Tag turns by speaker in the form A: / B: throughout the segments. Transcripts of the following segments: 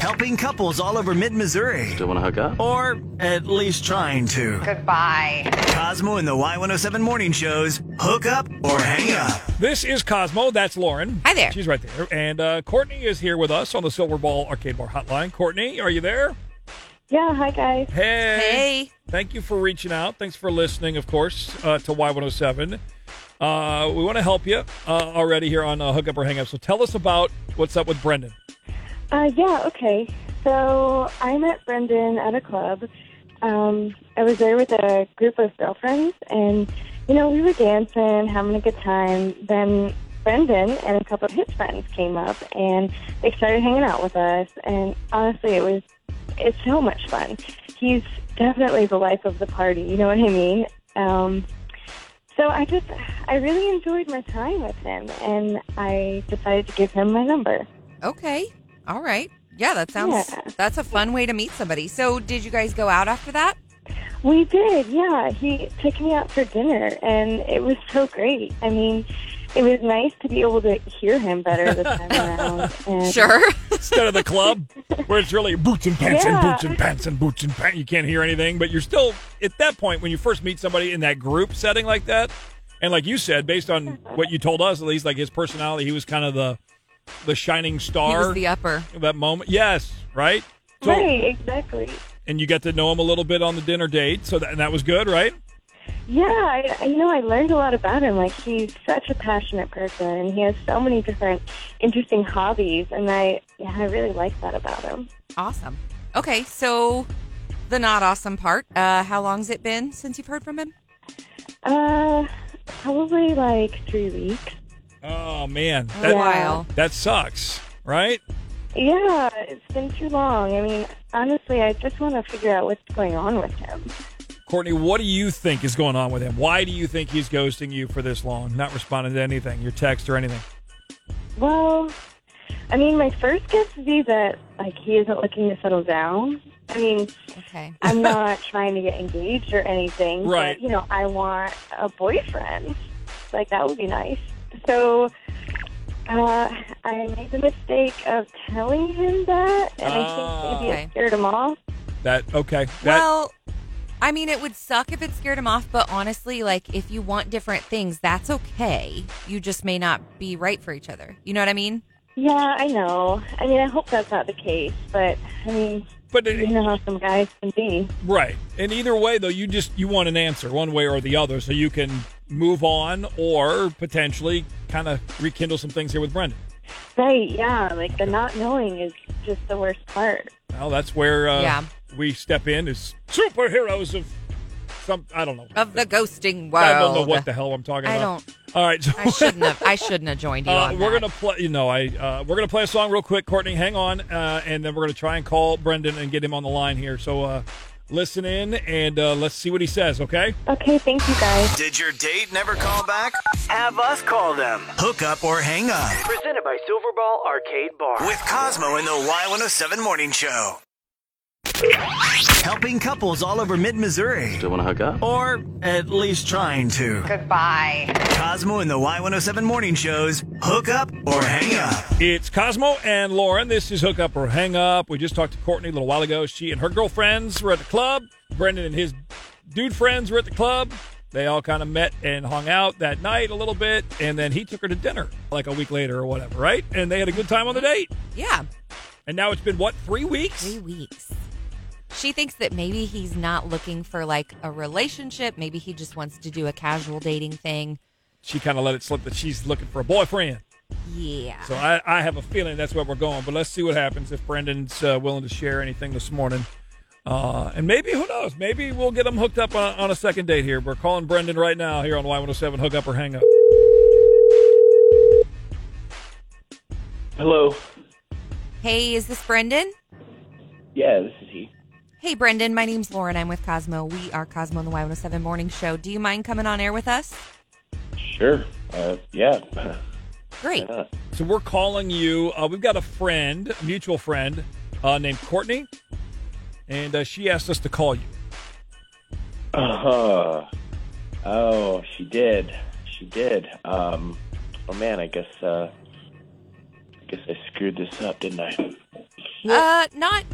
A: helping couples all over mid Missouri.
B: Still want to hook up?
A: Or at least trying to.
C: Goodbye.
A: Cosmo and the Y107 morning shows hook up or hang up.
D: This is Cosmo. That's Lauren.
C: Hi there.
D: She's right there. And uh, Courtney is here with us on the Silver Ball Arcade Bar Hotline. Courtney, are you there?
E: Yeah, hi guys.
D: Hey.
C: Hey.
D: Thank you for reaching out. Thanks for listening, of course, uh, to Y107. Uh, we want to help you uh, already here on uh, Hook Up or Hang Up. So tell us about what's up with Brendan.
E: Uh, yeah, okay. So I met Brendan at a club. Um, I was there with a group of girlfriends, and you know we were dancing, having a good time. Then Brendan and a couple of his friends came up, and they started hanging out with us. And honestly, it was it's so much fun. He's definitely the life of the party. You know what I mean? Um, so I just I really enjoyed my time with him, and I decided to give him my number.
C: Okay. All right. Yeah, that sounds
E: Yeah.
C: that's a fun way to meet somebody. So, did you guys go out after that?
E: We did, yeah. He took me out for dinner, and it was so great. I mean, it was nice to be able to hear him better this time around. And
C: Sure.
D: Instead of the club, where it's really boots and pants and
E: Yeah.
D: boots and pants and boots and pants. You can't hear anything, but you're still, at that point, when you first meet somebody in that group setting like that, and like you said, based on what you told us, at least like his personality, he was kind of the the shining
C: he
D: star
C: was the upper.
D: of that moment. Yes, right? So-
E: Right, exactly.
D: and you got to know him a little bit on the dinner date. So that, and that was good, right?
E: Yeah, I, I- you know, I learned a lot about him. Like, he's such a passionate person, and he has so many different interesting hobbies, and I, yeah, I really like that about him.
C: Awesome. Okay, so the not awesome part. Uh, how long's it been since you've heard from him?
E: Uh, probably like three weeks.
D: Oh man,
C: A
D: that
C: while.
D: that sucks, right?
E: Yeah, it's been too long. I mean, honestly, I just want to figure out what's going on with him.
D: Courtney, what do you think is going on with him? Why do you think he's ghosting you for this long, not responding to anything, your text or anything?
E: Well, I mean, my first guess would be that like he isn't looking to settle down. I mean,
C: Okay.
E: I'm not trying to get engaged or anything,
D: Right.
E: but you know, I want a boyfriend. Like that would be nice. So uh, I made the mistake of telling him that, and I
D: Ah.
E: think maybe
C: Okay.
E: it scared him off.
D: That okay? That,
C: Well, I mean, it would suck if it scared him off, but honestly, like, if you want different things, that's okay. You just may not be right for each other. You know what I mean?
E: Yeah, I know. I mean, I hope that's not the case, but I mean,
D: but
E: you
D: it,
E: know how some guys can be.
D: right. And either way, though, you just you want an answer one way or the other, so you can move on or potentially kind of rekindle some things here with Brendan.
E: Right, yeah. Like the not knowing is just the worst part.
D: Well, that's where uh,
C: Yeah.
D: we step in as superheroes of some. I don't know.
C: Of the ghosting world.
D: I don't know what the hell I'm talking
C: I
D: about.
C: don't.
D: All right, so
C: I shouldn't have. I shouldn't have joined you
D: uh,
C: on
D: we're
C: that.
D: gonna play. You know, I uh, we're gonna play a song real quick. Courtney, hang on, uh, and then we're gonna try and call Brendan and get him on the line here. So uh, listen in and uh, let's see what he says. Okay.
E: Okay, thank you guys.
A: Did your date never call back? Have us call them. Hook up or hang up
F: Presented by Silverball Arcade Bar.
A: with Cosmo and the Y107 morning show. Helping couples all over mid Missouri.
B: Still want to hook up?
A: Or at least trying to.
C: Goodbye.
A: Cosmo and the Y107 morning shows hook up or hang up.
D: It's Cosmo and Lauren. This is Hook Up or Hang Up. We just talked to Courtney a little while ago. She and her girlfriends were at the club. Brendan and his dude friends were at the club. They all kind of met and hung out that night a little bit, and then he took her to dinner like a week later or whatever, right? And they had a good time on the date.
C: Yeah.
D: And now it's been what three weeks?
C: Three weeks. She thinks that maybe he's not looking for like a relationship. Maybe he just wants to do a casual dating thing.
D: she kind of let it slip that she's looking for a boyfriend.
C: Yeah.
D: So I, I have a feeling that's where we're going. But let's see what happens if Brendan's uh, willing to share anything this morning. Uh, and maybe, who knows? Maybe we'll get him hooked up on, on a second date here. We're calling Brendan right now here on Y107 Hook Up or Hang Up.
G: Hello.
C: Hey, is this Brendan?
G: Yeah, this is he.
C: Hey, Brendan. My name's Lauren. I'm with Cosmo. We are Cosmo on the Y107 Morning Show. Do you mind coming on air with us?
G: Sure. Uh, yeah. Why
C: Great.
G: not?
D: So we're calling you. Uh, we've got a friend, a mutual friend uh, named Courtney. And uh, she asked us to call you.
G: Uh-huh. Oh, she did. She did. Um, oh man, I guess uh, I guess I screwed this up, didn't I?
C: Uh, not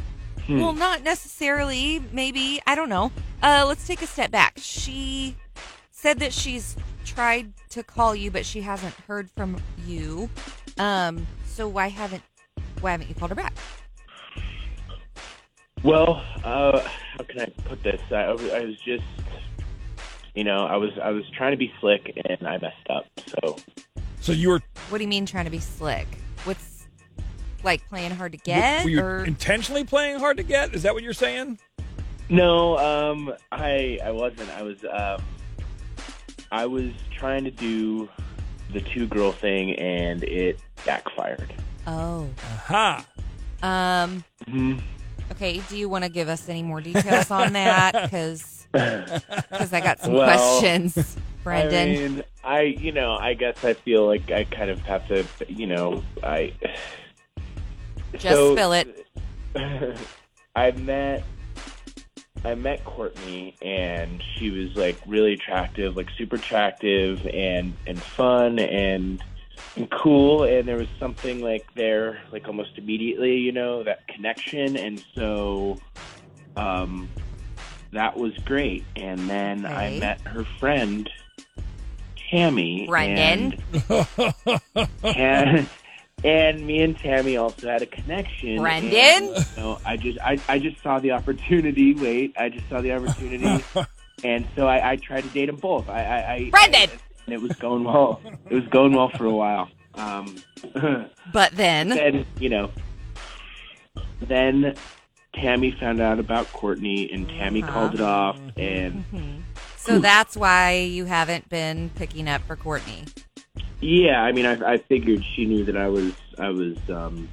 G: Hmm.
C: well, not necessarily. Maybe I don't know. Uh, let's take a step back. She said that she's tried to call you, but she hasn't heard from you. Um, so why haven't why haven't you called her back?
G: Well, uh, how can I put this? I, I was- I was just, you know, I was I was trying to be slick and I messed up. So
D: So you were,
C: What do you mean trying to be slick? What's like playing hard to
D: were
C: get?
D: you
C: or
D: intentionally playing hard to get? Is that what you're saying?
G: no, um, I I wasn't. I was um, I was trying to do the two girl thing and it backfired.
C: oh,
D: Aha.
C: um,
G: Mhm.
C: okay. Do you want to give us any more details on that? Because I got some
G: Well,
C: questions, Brendan.
G: I mean, I you know, I guess I feel like I kind of have to, you know, I
C: Just
G: So-
C: spill it.
G: I met I met Courtney and she was like really attractive, like super attractive and and fun and and cool and there was something like there like almost immediately, you know, that connection and so um that was great. And then
C: Okay.
G: I met her friend Tammy
C: Brendan?
G: and, and and me and Tammy also had a connection.
C: Brendan?
G: and, you know, I just I, I just saw the opportunity. Wait, I just saw the opportunity, and so I, I tried to date them both. I, I, I
C: Brendan!
G: and it was going well. It was going well for a while. Um,
C: But then,
G: then you know, then Tammy found out about Courtney, and Tammy
C: Uh-huh.
G: called it off, and
C: so that's why you haven't been picking up for Courtney.
G: Yeah, I mean, I, I figured she knew that I was, I was, um,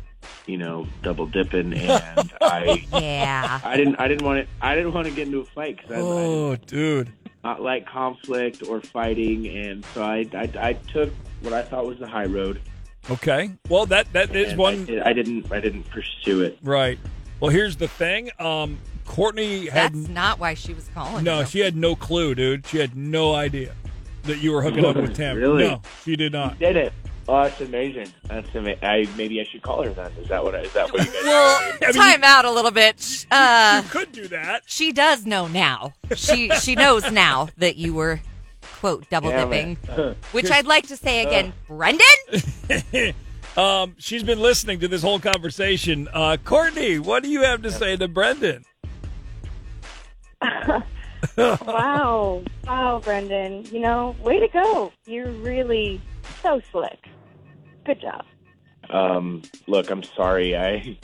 G: you know, double dipping, and I,
C: Yeah.
G: I didn't, I didn't want to, I didn't want to get into a fight because I, I
D: Oh, dude.
G: did not like conflict or fighting, and so I, I, I took what I thought was the high road.
D: Okay. Well, that that is
G: and I,
D: one
G: did, I didn't, I didn't pursue it.
D: right. Well, here's the thing. Um, Courtney had
C: That's not why she was calling.
D: no.
C: you.
D: She had no clue, dude. She had no idea that you were hooking up with Tammy.
G: Really?
D: No, she did not.
G: Did it? Oh, that's amazing. That's amazing. I maybe I should call her then. Is that what? I- Is that what you guys?
C: Well, time out a little bit. Sh- Uh,
D: Could do that.
C: she does know now. She she knows now that you were quote double
G: Damn
C: dipping,
G: it.
C: which I'd like to say again, Brendan.
D: Um, she's been listening to this whole conversation. Uh, Courtney, what do you have to say to Brendan?
E: Wow. Wow, Brendan. You know, way to go. You're really so slick. Good job.
G: um, look, I'm sorry. I,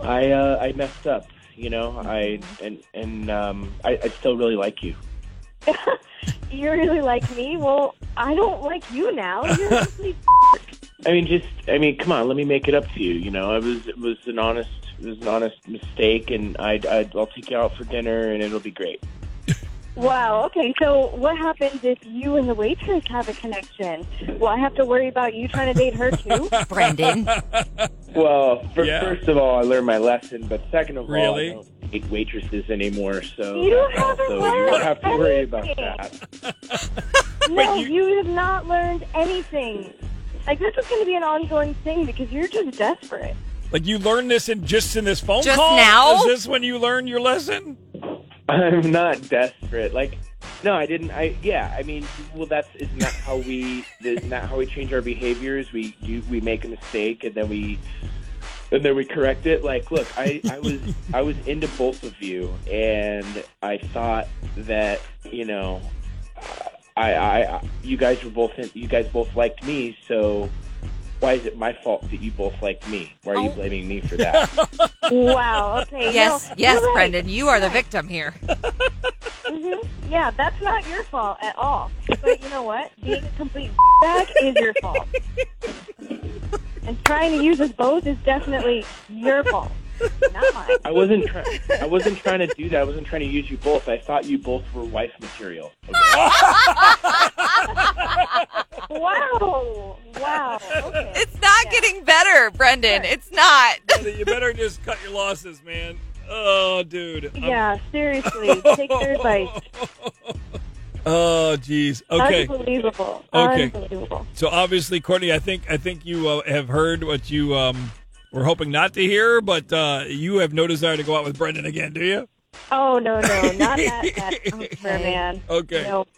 G: I, uh, I messed up. You know, I and and um, I, I still really like you.
E: You really like me? Well, I don't like you now. You're a complete
G: I mean, just I mean, come on, let me make it up to you. You know, it was it was an honest it was an honest mistake, and I I'd, I'll take you out for dinner, and it'll be great.
E: Wow. Okay. So, what happens if you and the waitress have a connection? Will I have to worry about you trying to date her too?
C: Brendan,
G: Well, fir-
D: Yeah.
G: first of all, I learned my lesson, but second of
D: Really?
G: all, I don't date waitresses anymore, so
E: You
G: that's
E: haven't
G: also- you don't
E: learned
G: have to worry about
E: anything.
G: that.
E: no, you... have not learned anything. Like this is going to be an ongoing thing because you're just desperate.
D: Like you learned this in just in this phone
C: Just
D: call?
C: now?
D: Is this when you learned your lesson?
G: I'm not desperate. Like, no, I didn't. I yeah. I mean, well, that's isn't that how we isn't that how we change our behaviors? We you, we make a mistake and then we and then we correct it. Like, look, I I was I was into both of you, and I thought that you know, I I, I you guys were both in, you guys both liked me, so. Why is it my fault that you both liked me? Why are you
C: Oh.
G: blaming me for that?
E: Wow. Okay.
C: yes,
E: no,
C: yes,
E: you're right.
C: Brendan, you are the victim here.
E: Mhm. Yeah, that's not your fault at all. But you know what? Being a complete bag is your fault. And trying to use us both is definitely your fault, not mine.
G: I wasn't. Try- I wasn't trying to do that. I wasn't trying to use you both. I thought you both were wife material. Okay?
E: Wow. Wow. Okay.
C: It's not getting better, Brendan. It's not.
D: you better just cut your losses, man. Oh, dude. I'm-
E: Yeah, seriously. Take their advice.
D: Oh, geez. Okay.
E: Unbelievable.
D: Okay.
E: Unbelievable.
D: So obviously, Courtney, I think I think you uh, have heard what you um, We're hoping not to hear, but uh, you have no desire to go out with Brendan again, do you?
E: Oh no, no, not that desperate, man.
D: Okay.
E: Nope.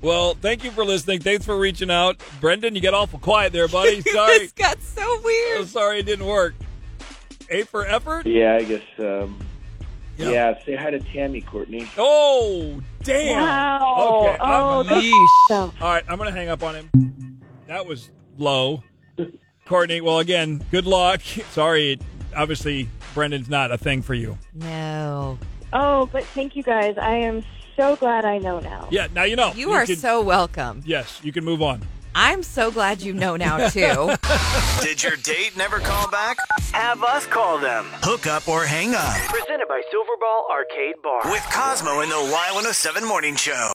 D: Well, thank you for listening. Thanks for reaching out. Brendan, you got awful quiet there, buddy. Sorry.
C: this got so
D: I'm
C: weird.
D: sorry it didn't work. A for effort?
G: Yeah, I guess. Um,
D: Yeah.
G: Yeah, say hi to Tammy, Courtney.
D: Oh, damn.
E: Wow.
D: Okay,
E: Oh,
D: I'm
E: that's
C: Yeesh.
E: so-
D: All right, I'm going to hang up on him. That was low. Courtney, well, again, good luck. Sorry, it, obviously, Brendan's not a thing for you.
C: No.
E: Oh, but thank you guys. I am so glad I know now.
D: Yeah, now you know.
C: You are
D: can-
C: so welcome.
D: Yes, you can move on.
C: I'm so glad you know now, too.
A: Did your date never call back? Have us call them. Hook up or hang up
F: Presented by Silverball Arcade Bar.
A: with Cosmo in the Y107 Morning Show.